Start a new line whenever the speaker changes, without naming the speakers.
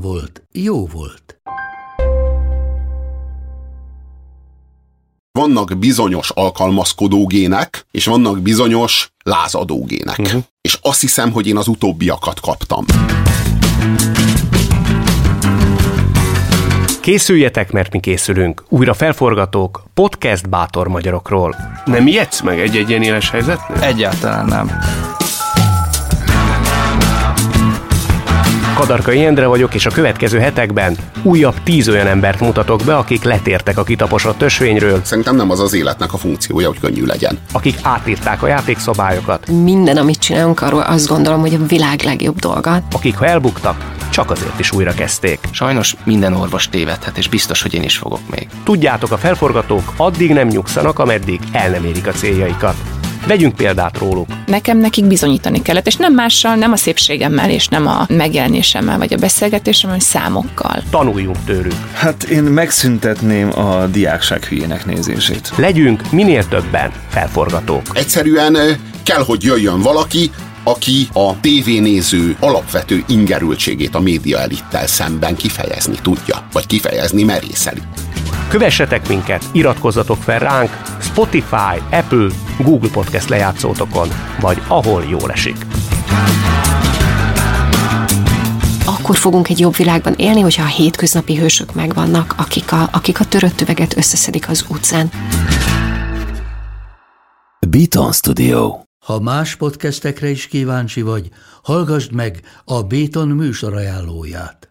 volt, jó volt.
vannak bizonyos alkalmazkodó gének, és vannak bizonyos lázadó gének. Uh-huh. És azt hiszem, hogy én az utóbbiakat kaptam.
Készüljetek, mert mi készülünk. Újra felforgatók, podcast bátor magyarokról.
Nem ijedsz meg egy-egy ilyen éles helyzetnél?
Egyáltalán nem.
Kadarkai Endre vagyok, és a következő hetekben újabb tíz olyan embert mutatok be, akik letértek a kitaposott ösvényről,
Szerintem nem az az életnek a funkciója, hogy könnyű legyen.
akik átírták a játékszabályokat,
minden, amit csinálunk, arról azt gondolom, hogy a világ legjobb dolga.
akik ha elbuktak, csak azért is újra kezdték.
Sajnos minden orvos tévedhet, és biztos, hogy én is fogok még.
Tudjátok, a felforgatók addig nem nyugszanak, ameddig el nem érik a céljaikat. Vegyünk példát róluk.
Nekem nekik bizonyítani kellett, és nem mással, nem a szépségemmel, és nem a megjelenésemmel, vagy a beszélgetésemmel, hanem számokkal.
Tanuljunk tőlük.
Hát én megszüntetném a diákság hülyének nézését.
Legyünk minél többen felforgatók.
Egyszerűen ö, kell, hogy jöjjön valaki, aki a tévénéző alapvető ingerültségét a média elittel szemben kifejezni tudja, vagy kifejezni merészeli.
Kövessetek minket, iratkozzatok fel ránk Spotify, Apple, Google Podcast lejátszótokon, vagy ahol jól esik.
Akkor fogunk egy jobb világban élni, hogyha a hétköznapi hősök megvannak, akik a, akik a törött üveget összeszedik az utcán.
Beaton Studio.
Ha más podcastekre is kíváncsi vagy, hallgassd meg a Béton műsor ajánlóját.